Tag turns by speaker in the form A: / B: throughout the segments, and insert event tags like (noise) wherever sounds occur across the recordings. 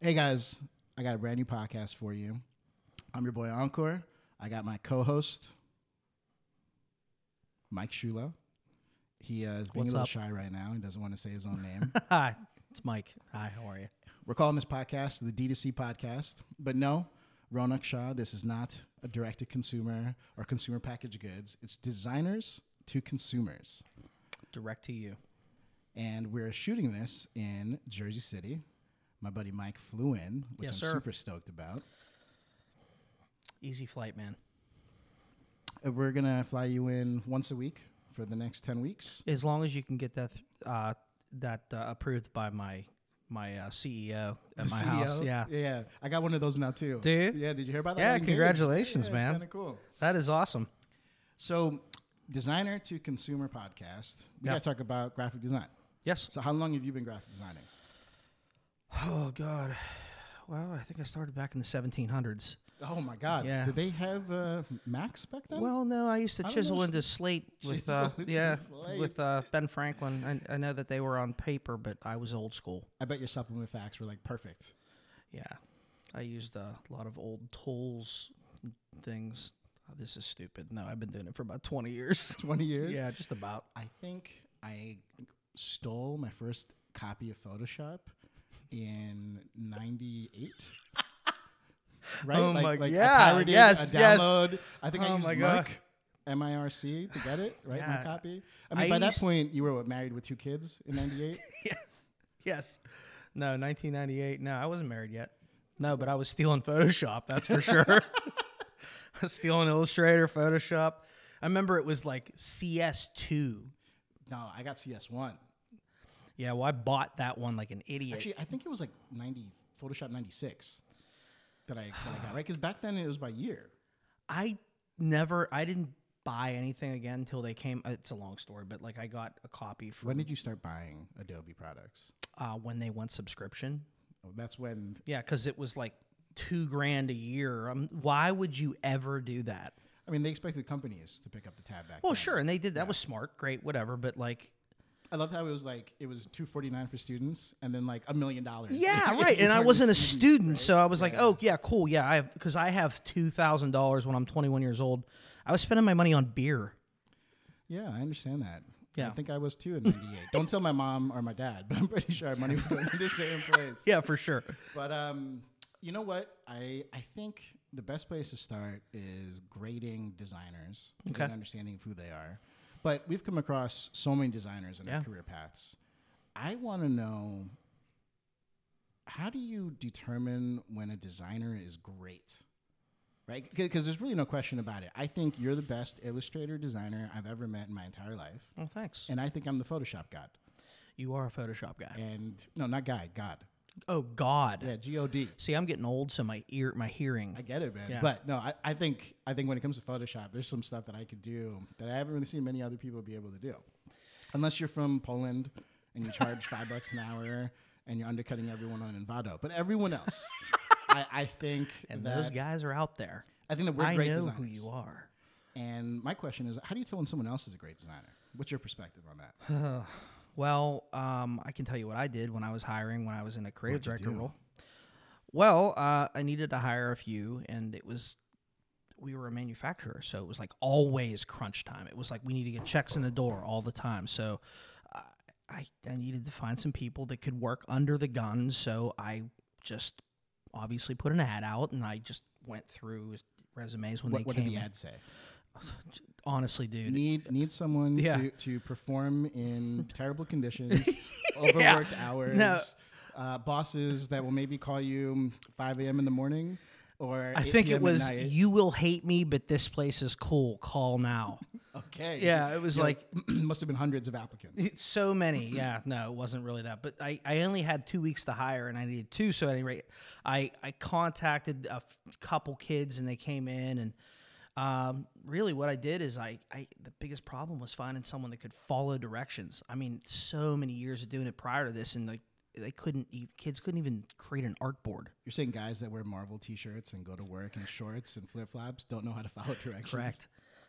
A: Hey guys, I got a brand new podcast for you. I'm your boy Encore. I got my co-host Mike Shula. He uh, is being
B: What's
A: a little
B: up?
A: shy right now. He doesn't want to say his own name. (laughs)
B: Hi, (laughs) it's Mike. Hi, how are you?
A: We're calling this podcast the D2C podcast, but no, Ronak Shah, this is not a direct to consumer or consumer packaged goods. It's designers to consumers.
B: Direct to you.
A: And we're shooting this in Jersey City. My buddy Mike flew in, which
B: Yes,
A: I'm
B: sir.
A: super stoked about.
B: Easy flight, man.
A: Uh, We're going to fly you in once a week for the next 10 weeks.
B: As long as you can get that th- uh, that uh, approved by my my uh, CEO at
A: The
B: my house.
A: CEO?
B: E Yeah,
A: Yeah. I got one of those now too.
B: Do you?
A: Yeah. Did you hear about that?
B: Yeah,
A: I engaged.
B: congratulations,
A: yeah,
B: man.
A: It's kind of cool.
B: that is awesome.
A: So, designer to consumer podcast. We
B: Yeah.
A: got to talk about graphic design.
B: Yes.
A: So, how long have you been graphic designing?
B: Oh God. Well, I think I started back in the 1700s.
A: Oh my God!
B: Yeah.
A: Did they have uh, Macs back then?
B: Well, no, I used to
A: I don't
B: chisel
A: understand-
B: into (laughs) slate with
A: Chisel
B: uh,
A: into
B: yeah
A: slate.
B: with uh, Ben Franklin. I, I know that they were on paper, but I was old school.
A: I bet your supplement facts were like perfect.
B: Yeah, I used uh, a lot of old tools, and things. Oh, this is stupid. No, I've been doing it for about twenty years.
A: (laughs) Twenty years.
B: yeah, just about.
A: I think I stole my first copy of Photoshop in '98.
B: (laughs)
A: Right?
B: Oh
A: like,
B: my-
A: like
B: yeah,
A: I pirated
B: yes,
A: a
B: yes.
A: download. I think I
B: Oh
A: used
B: my
A: Merc,
B: God.
A: M-I-R-C, to get it, right? My
B: Yeah.
A: copy. I mean,
B: I
A: by that
B: used-
A: point, you were what, married with two kids in
B: (laughs)
A: '98.
B: Yes. No, nineteen ninety eight. No, I wasn't married yet. No, but
A: (laughs)
B: I was stealing Photoshop. That's for sure. (laughs) I was stealing Illustrator, Photoshop. I remember it was like CS two.
A: no, I got CS1.
B: Yeah, well, I bought that one like an idiot.
A: Actually, I think it was like '90 Photoshop '96 that I, that I got right
B: (sighs)
A: because back then it was by year.
B: I never. I didn't buy anything again until they came. It's a long story, but like I got a copy from
A: When did you start buying Adobe products?
B: uh, when they went subscription.
A: Oh, that's when
B: Yeah, because it was like two grand a year. Um, why would you ever do that?
A: I mean, they expected companies to pick up the tab back.
B: Well,
A: then.
B: sure, and they did. That was smart, great, whatever. But like,
A: I loved how it was like it was two forty nine for students, and then like a million dollars. (laughs)
B: (laughs) yeah, right. And I
A: For
B: wasn't a
A: students.
B: student, so I was like, oh yeah, cool, yeah. I because I have two thousand dollars when I'm 21 years old. I was spending my money on beer.
A: Yeah, I understand that. I
B: Yeah.
A: think I was too in '98. Don't tell my mom or my dad, (laughs) but I'm pretty sure our money was going to the same place.
B: (laughs) Yeah, for sure.
A: But um, you know what? I I think the best place to start is grading designers
B: Okay.
A: and understanding of who they are. But we've come across so many designers in our
B: Yeah.
A: career paths. I want to know how do you determine when a designer is great? Right? Because there's really no question about it. I think you're the best illustrator designer I've ever met in my entire life.
B: Well, thanks.
A: And I think I'm the Photoshop god.
B: You are a Photoshop guy.
A: And no, not guy, God.
B: Oh God.
A: Yeah, G O D.
B: See, I'm getting old, so my ear, my hearing.
A: I get it, man.
B: Yeah.
A: But no, I, I think I think when it comes to Photoshop, there's some stuff that I could do that I haven't really seen many other people be able to do. Unless you're from Poland and you
B: (laughs)
A: charge five bucks an hour and you're undercutting everyone on Envato. But everyone else,
B: (laughs)
A: I, I think
B: and
A: that,
B: those guys are out there.
A: I think that we're
B: I
A: great
B: know
A: designers.
B: who you are.
A: And my question is, how do you tell when someone else is a great designer? What's your perspective on that?
B: (sighs) Well, um, I can tell you what I did when I was hiring when I was in a creative
A: What'd you
B: director
A: do?
B: role. Well, uh, I needed to hire a few, and it was we were a manufacturer, so it was like always crunch time. It was like we need to get checks in the door all the time. So uh, I I needed to find some people that could work under the gun. So I just obviously put an ad out, and I just went through resumes when
A: What,
B: they
A: what
B: came.
A: did the
B: in.
A: ad say?
B: Honestly, dude,
A: Need need someone
B: Yeah.
A: to, to perform
B: (laughs)
A: in terrible conditions, overworked hours,
B: No.
A: uh, bosses that will maybe call you 5 a.m. in the morning or
B: I
A: 8
B: think
A: PM
B: it
A: at
B: was
A: night.
B: you will hate me, but this place is cool. Call now.
A: Okay.
B: Yeah, it was
A: You know,
B: like
A: (clears throat) must have been hundreds of applicants.
B: so many. Yeah, no, it wasn't really that. But I, I only had two weeks to hire, and I needed two. So at any rate, I I contacted a f- couple kids, and they came in, and um, really what I did is I I the biggest problem was finding someone that could follow directions. I mean, so many years of doing it prior to this, and like they couldn't even kids couldn't even create an art board.
A: You're saying (laughs) guys that wear Marvel t-shirts and go to work in shorts and flip-flops don't know how to follow directions.
B: Correct.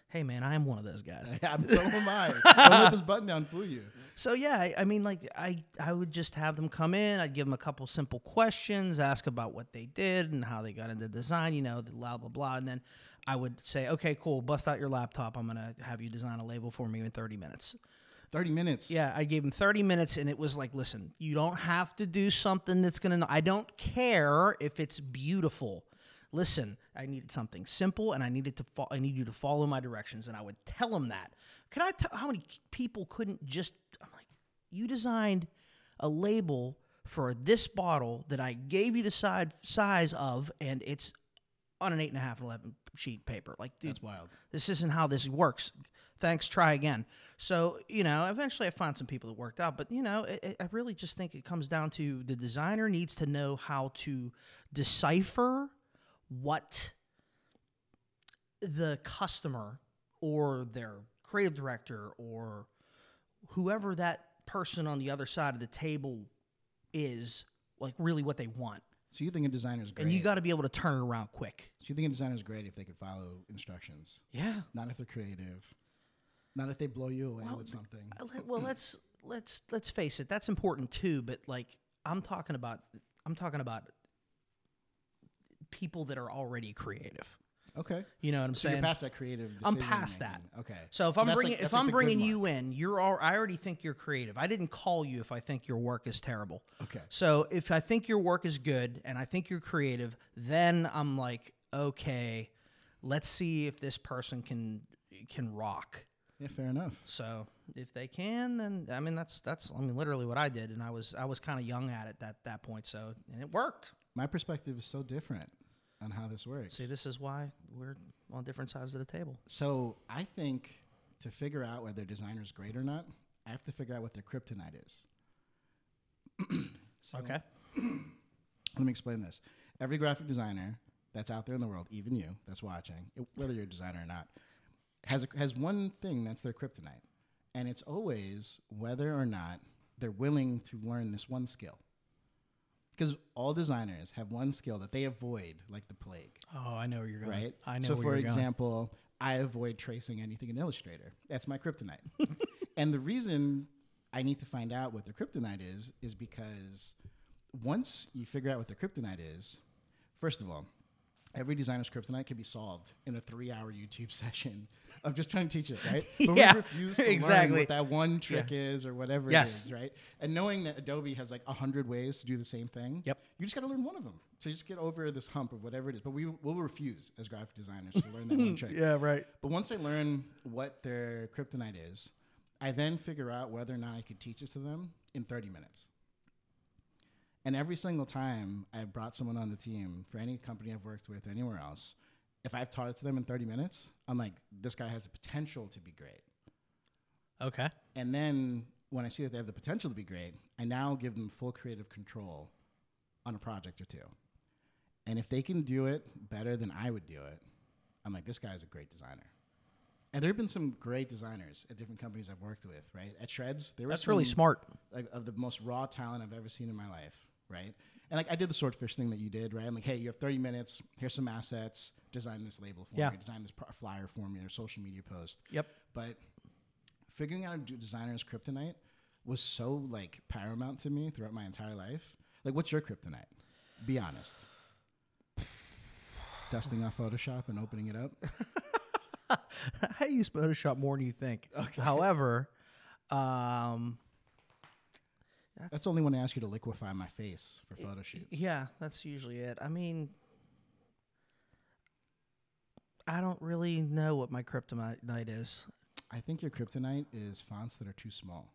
B: hey man, I am one of those guys.
A: I'm, so am
B: (laughs)
A: I. Don't let this button down fool you.
B: So yeah, I, I mean, like I I would just have them come in. I'd give them a couple simple questions, ask about what they did and how they got into design. You know, the blah blah blah, and then I would say, okay, cool, bust out your laptop. I'm gonna have you design a label for me in 30 minutes.
A: 30 minutes.
B: Yeah, I gave him 30 minutes, and it was like, listen, you don't have to do something that's gonna. I don't care if it's beautiful. Listen, I needed something simple, and I needed to. Fo- I need you to follow my directions, and I would tell him that. Can I tell how many people couldn't just? I'm like, you designed a label for this bottle that I gave you the side size of, and it's on an eight and a half and eleven sheet paper. Like, dude,
A: That's wild.
B: this isn't how this works. Thanks, try again. So, you know, eventually I found some people that worked out, but, you know, I- I I really just think it comes down to the designer needs to know how to decipher what the customer or their creative director or whoever that person on the other side of the table is, like, really what they want.
A: So you think a designer's great?
B: And you got to be able to turn it around quick.
A: so you think a designer's great if they could follow instructions,
B: Yeah.
A: not if they're creative, not if they blow you away
B: Well,
A: with something.
B: Uh, let- well let's let's let's face it that's important too but like i'm talking about i'm talking about people that are already creative
A: Okay.
B: you know what i'm
A: So
B: saying
A: you're past that creative.
B: I'm
A: decision
B: past
A: making. Okay.
B: so if i'm
A: that's
B: bringing
A: like- that's
B: if
A: like
B: i'm
A: the good
B: bringing
A: mark.
B: you in you're all i already think you're creative i didn't call you if i think your work is terrible
A: Okay.
B: so if i think your work is good and i think you're creative then i'm like okay let's see if this person can can rock
A: Yeah, fair enough.
B: So if they can, then I mean that's that's I mean literally what I did, and I was I was kind of young at it at that point, so and it worked.
A: My perspective is so different on how this works.
B: See, this is why we're on different sides of the table.
A: So I think to figure out whether a designer's great or not, I have to figure out what their kryptonite is. (clears throat) So
B: Okay.
A: Let me explain this. Every graphic designer that's out there in the world, even you that's watching, it- whether you're a designer or not, has a, has one thing that's their kryptonite, and it's always whether or not they're willing to learn this one skill. Because all designers have one skill that they avoid like the plague
B: Oh, I know where you're going.
A: right?
B: I know.
A: So,
B: where
A: for
B: you're
A: example, I avoid tracing anything in Illustrator. That's my kryptonite. (laughs) and the reason I need to find out what their kryptonite is is because once you figure out what their kryptonite is, first of all, every designer's kryptonite can be solved in a three-hour YouTube (laughs) session of just trying to teach it,
B: (laughs)
A: right? But
B: Yeah,
A: we refuse to learn
B: exactly.
A: what that one trick is or whatever
B: Yes.
A: it is, right? And knowing that Adobe has like a hundred ways to do the same thing,
B: Yep.
A: you just got to learn one of them. So you just get over this hump of whatever it is. But we will refuse as graphic designers to learn
B: (laughs)
A: that one trick.
B: Yeah. Right.
A: But once I learn what their kryptonite is, I then figure out whether or not I could teach this to them in 30 minutes. And every single time I've brought someone on the team for any company I've worked with or anywhere else, if I've taught it to them in 30 minutes, I'm like, this guy has the potential to be great.
B: Okay.
A: And then when I see that they have the potential to be great, I now give them full creative control on a project or two. And if they can do it better than I would do it, I'm like, this guy's a great designer. And there have been some great designers at different companies I've worked with, right? At Shreds, there were
B: That's really
A: some,
B: smart.
A: like of the most raw talent I've ever seen in my life, right? And like I did the swordfish thing that you did, right? I'm like, hey, you have 30 minutes. Here's some assets. Design this label for
B: Yeah.
A: me. Design this pro- flyer for me or social media post.
B: Yep.
A: But figuring out a d- designer's kryptonite was so like paramount to me throughout my entire life. Like, what's your kryptonite? Be honest. Dusting off Photoshop and opening it
B: (laughs)
A: up.
B: (laughs) I use Photoshop more than you think.
A: (laughs)
B: However, um,
A: That's only when I ask you to liquefy my face for photo shoots.
B: yeah, that's usually it. I mean, I don't really know what my kryptonite is.
A: I think your kryptonite is fonts that are too small.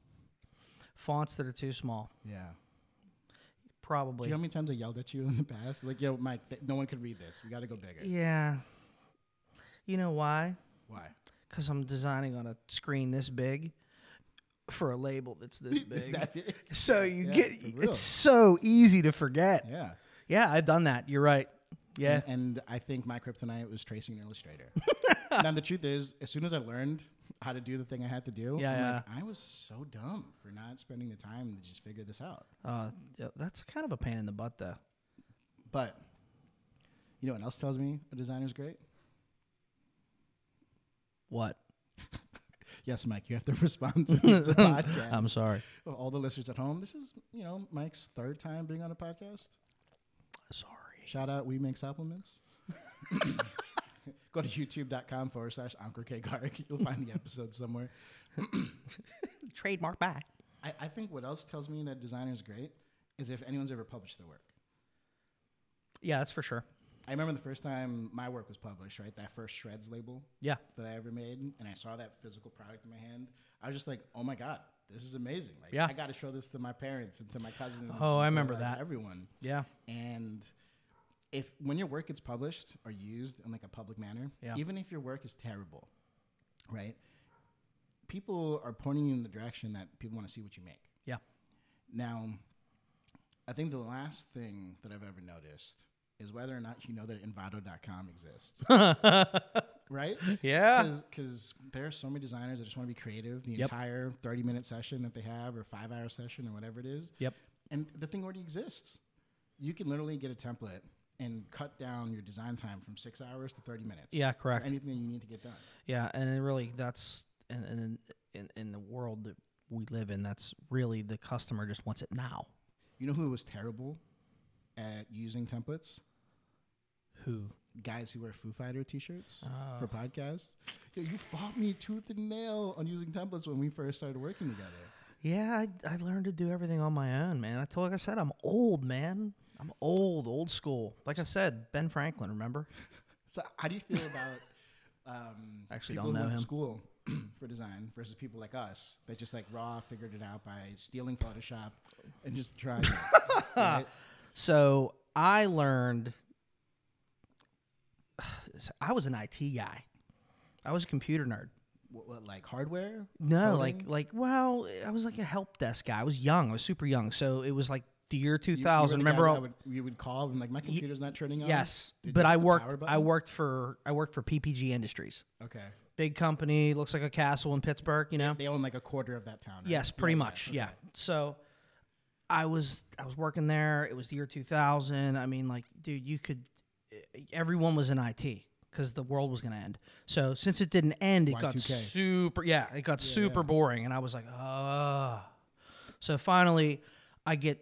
B: Fonts that are too small,
A: Yeah. Do
B: probably.
A: you know how many times I yelled at you in the past? Like, yo, Mike, th- no one could read this. We got to go bigger.
B: Yeah. You know why?
A: Why?
B: Because I'm designing on a screen this big for a label
A: (laughs)
B: that's this big.
A: That
B: (laughs)
A: big?
B: so you
A: Yeah,
B: get
A: for real.
B: it's so easy to forget. Yeah.
A: Yeah.
B: I've done that. You're right. Yeah.
A: And, and I think my kryptonite was tracing an illustrator. (laughs) now, the truth is, as soon as I learned how to do the thing I had to do,
B: Yeah,
A: I'm like, I was so dumb for not spending the time to just figure this out.
B: Uh, yeah, that's kind of a pain in the butt, though.
A: But you know what else tells me a designer's great?
B: What?
A: Yes, Mike, you have to (laughs) respond to it's a podcast.
B: (laughs) I'm sorry.
A: Well, all the listeners at home, this is you know Mike's third time being on a podcast.
B: Sorry.
A: Shout out, we make
B: (laughs)
A: supplements. Go to youtube.com forward slash Ankur K Garg. You'll find the episode somewhere.
B: Trademark by.
A: I, I think what else tells me that designer is great is if anyone's ever published their work.
B: Yeah, that's for sure.
A: I remember the first time my work was published, right? That first Shreds label
B: Yeah.
A: that I ever made, and I saw that physical product in my hand. I was just like, "Oh my god, this is amazing!" Like,
B: Yeah. Oh,
A: I got to show this to my parents and to my cousins. and
B: I
A: to,
B: remember
A: like,
B: that.
A: Everyone.
B: Yeah.
A: And if when your work gets published or used in like a public manner,
B: Yeah.
A: even if your work is terrible, right? People are pointing you in the direction that people want to see what you make.
B: Yeah.
A: Now, I think the last thing that I've ever noticed is whether or not you know that Envato.com
B: (laughs)
A: exists. right?
B: Yeah.
A: Because there are so many designers that just want to be creative the
B: Yep.
A: entire 30 minute session that they have, or five hour session, or whatever it is.
B: Yep.
A: And the thing already exists. You can literally get a template and cut down your design time from six hours to 30 minutes.
B: Yeah,
A: for
B: correct.
A: Anything you need to get done.
B: Yeah, and it really that's and and in, in the world that we live in, that's really the customer just wants it now.
A: You know who was terrible at using templates?
B: Who?
A: guys who wear Foo Fighter T-shirts
B: Oh.
A: for podcasts. Yo, you fought me tooth and nail on using templates when we first started working together.
B: Yeah, I, I learned to do everything on my own, man. I told like I said, I'm old, man. I'm old, old school. Like I said, Ben Franklin, remember?
A: So, how do you feel
B: (laughs)
A: about um,
B: Actually
A: people
B: don't
A: who
B: know
A: went to
B: him.
A: school (clears throat) for design versus people like us that just like raw figured it out by stealing Photoshop and just trying? it,
B: (laughs)
A: right?
B: So I learned. (sighs) I was an IT guy. I was a computer nerd.
A: What, what, like hardware?
B: No,
A: Coding?
B: like like well, I was like a help desk guy. I was young. I was super young. So it was like the year two
A: You- you were
B: thousand.
A: the guy
B: Remember?
A: that
B: all-
A: would, you would call and like my computer's not turning on.
B: yes,
A: Did
B: but
A: you
B: I
A: hit the
B: worked.
A: power button?
B: I worked for I worked for PPG Industries,
A: Okay,
B: big company. Looks like a castle in Pittsburgh. You know.
A: they own like a quarter of that town. right?
B: Yes, pretty
A: Yeah,
B: much.
A: okay.
B: Yeah. So I was I was working there. It was the year 2000. I mean, like, dude, you could. e, Everyone was in IT because the world was going to end. So since it didn't end, it got
A: Y2K.
B: super. Yeah, it got super boring, and I was like, ah. So finally, I get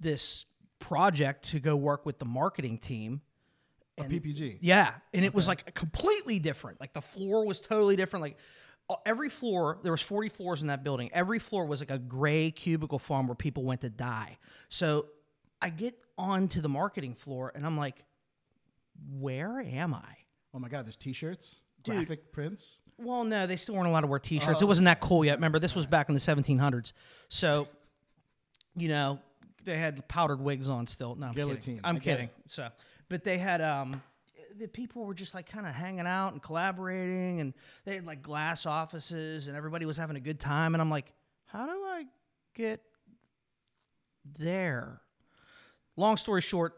B: this project to go work with the marketing team.
A: A PPG.
B: Yeah, and it was like completely different. Like the floor was totally different. Like uh, every floor, there was 40 floors in that building. Every floor was like a gray cubicle farm where people went to die. So I get onto the marketing floor and I'm like, where am I?
A: Oh my God, there's T-shirts, graphic prints.
B: Well, no, they still weren't allowed to wear T-shirts.
A: Oh.
B: it wasn't that cool yet. Remember, this was back in the 1700s. So, you know, they had powdered wigs on still. No, I'm
A: Guillotine.
B: kidding. I'm
A: I get
B: kidding. So, but they had um, the people were just like kind of hanging out and collaborating, and they had like glass offices, and everybody was having a good time. And I'm like, how do I get there? Long story short,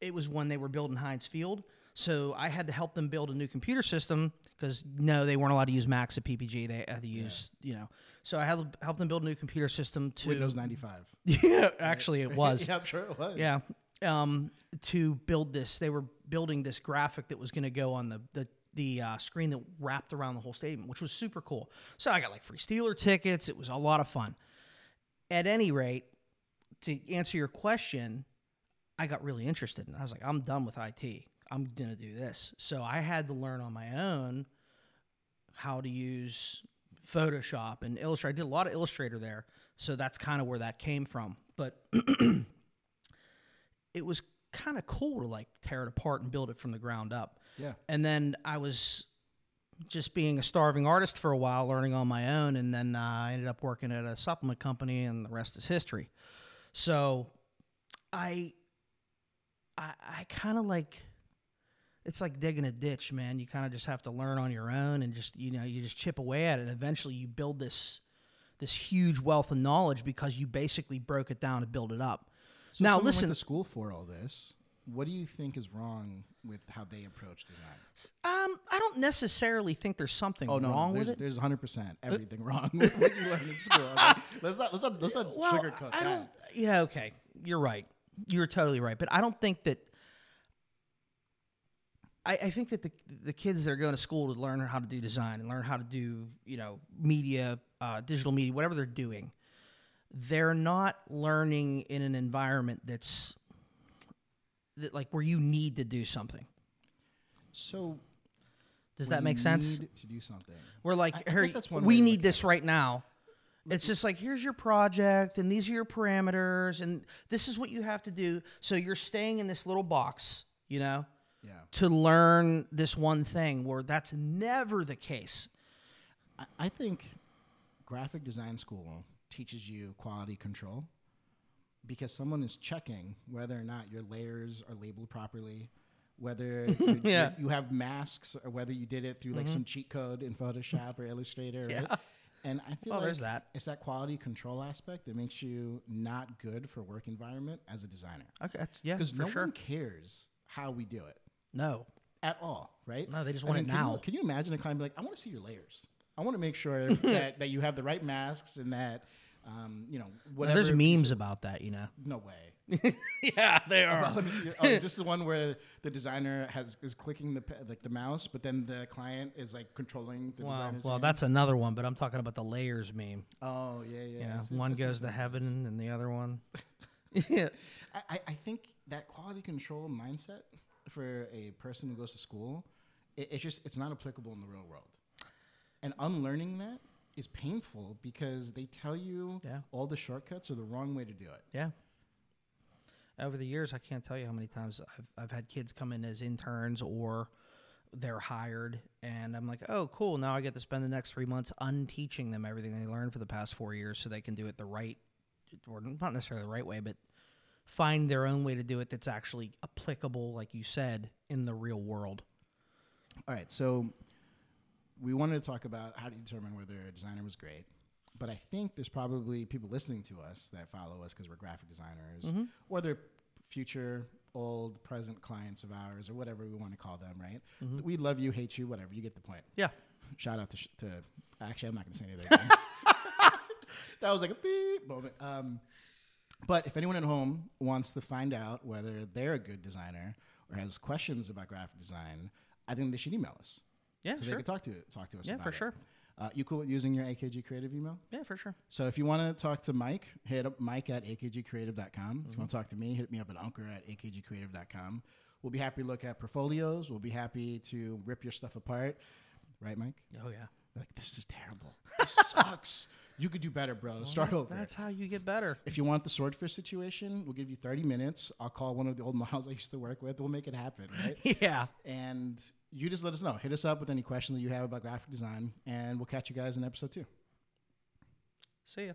B: it was when they were building Heinz Field. So I had to help them build a new computer system because no, they weren't allowed to use Macs at PPG. They had to use, you know. So I had to help them build a new computer system to.
A: Windows (laughs) 95.
B: (laughs) yeah, actually, it
A: (laughs)
B: was.
A: yeah, I'm sure it was.
B: yeah. Um, to build this, they were building this graphic that was going to go on the the the uh, screen that wrapped around the whole stadium, which was super cool. So I got like free Steeler tickets. It was a lot of fun. At any rate, to answer your question, I got really interested, and I was like, I'm done with IT. I'm gonna do this. So I had to learn on my own how to use Photoshop and Illustrator. I did a lot of Illustrator there, so that's kind of where that came from. But it was kind of cool to like tear it apart and build it from the ground up.
A: Yeah.
B: And then I was just being a starving artist for a while, learning on my own, and then uh, I ended up working at a supplement company, and the rest is history. So, I, I, I kind of like, it's like digging a ditch, man. You kind of just have to learn on your own, and just you know, you just chip away at it. And eventually, you build this, this huge wealth of knowledge because you basically broke it down to build it up.
A: So
B: now,
A: someone
B: listen,
A: Went to school for all this. What do you think is wrong with how they approach design?
B: um, I don't necessarily think there's something wrong
A: Oh, there's,
B: with it.
A: There's 100 percent everything (laughs) wrong with what you learn in school. I mean, let's not let's not let's not sugarcoat that.
B: I don't. Yeah, okay, you're right. You're totally right, but I don't think that. I, I think that the the kids that are going to school to learn how to do design and learn how to do you know media, uh, digital media, whatever they're doing, they're not learning in an environment that's that, like where you need to do something.
A: So
B: Does
A: when
B: that make
A: you
B: sense?
A: need to do something.
B: We're
A: I-
B: like,
A: I
B: "Here,
A: guess that's one way
B: we
A: to
B: need
A: look Mm-hmm.
B: this right now. It's just like, here's your project, and these are your parameters, and this is what you have to do. So you're staying in this little box, you know,
A: Yeah.
B: to learn this one thing where that's never the case.
A: I, I think graphic design school teaches you quality control because someone is checking whether or not your layers are labeled properly,
B: (laughs)
A: whether you,
B: Yeah. Mm-hmm.
A: you have masks or whether you did it through like some cheat code in
B: (laughs)
A: Photoshop or Illustrator.
B: Yeah.
A: right? And I feel
B: Well,
A: like
B: there's that.
A: it's that quality control aspect that makes you not good for work environment as a designer.
B: Okay, that's, yeah,
A: Because
B: for
A: no
B: sure.
A: one cares how we do it
B: No,
A: at all, right?
B: No, they just
A: I
B: want
A: mean,
B: it
A: can you-
B: now.
A: can you imagine a client be like, I want to see your layers. I want to make sure (laughs) that, that you have the right masks and that, um, you know,
B: Now,
A: whatever.
B: there's memes about that, you know.
A: (laughs) No way.
B: (laughs) yeah, they (laughs)
A: Oh, let me see your- oh, is this the one where the designer has is clicking the pe- like the mouse, but then the client is like controlling the
B: Well,
A: designer's
B: well,
A: hand?
B: that's another one, but I'm talking about the layers meme.
A: Oh yeah, yeah.
B: Yeah,
A: That's-
B: one
A: that's-
B: goes to heaven, and the
A: (laughs)
B: other one. yeah.
A: I, I- I think that quality control mindset for a person who goes to school, it, it's just it's not applicable in the real world. And unlearning that is painful because they tell you
B: Yeah.
A: all the shortcuts are the wrong way to do it.
B: Yeah. Over the years, I can't tell you how many times I've, I've had kids come in as interns or they're hired, and I'm like, oh, cool. Now I get to spend the next three months unteaching them everything they learned for the past four years so they can do it the right, or not necessarily the right way, but find their own way to do it that's actually applicable, like you said, in the real world.
A: All right, so we wanted to talk about how to determine whether a designer was great. But I think there's probably people listening to us that follow us because we're graphic designers, or they're future, old, present clients of ours, or whatever we want to call them, right? We love you, hate you, whatever. You get the point.
B: Yeah.
A: Shout out to, sh- to actually, I'm not going to say anything.
B: (laughs)
A: that was like a beep moment. Um, but if anyone at home wants to find out whether they're a good designer or has questions about graphic design, I think they should email us.
B: Yeah,
A: So they
B: sure.
A: can talk to talk to us.
B: Yeah,
A: about
B: for
A: it.
B: sure.
A: Uh, you cool with using your AKG Creative email?
B: Yeah, for sure.
A: So if you want to talk to Mike, hit up Mike at akgcreative.com. If you want to
B: Mm-hmm.
A: talk to me, hit me up at Unker at akgcreative.com. We'll be happy to look at portfolios. We'll be happy to rip your stuff apart. Right, Mike?
B: Oh, yeah.
A: Like, this is terrible. This (laughs) sucks. You could do better, bro. Start over.
B: That's how you get better.
A: If you want the swordfish situation, we'll give you 30 minutes. I'll call one of the old (laughs) models I used to work with. We'll make it happen,
B: (laughs)
A: right?
B: (laughs) yeah.
A: and you just let us know. Hit us up with any questions that you have about graphic design, and we'll catch you guys in episode two.
B: See ya.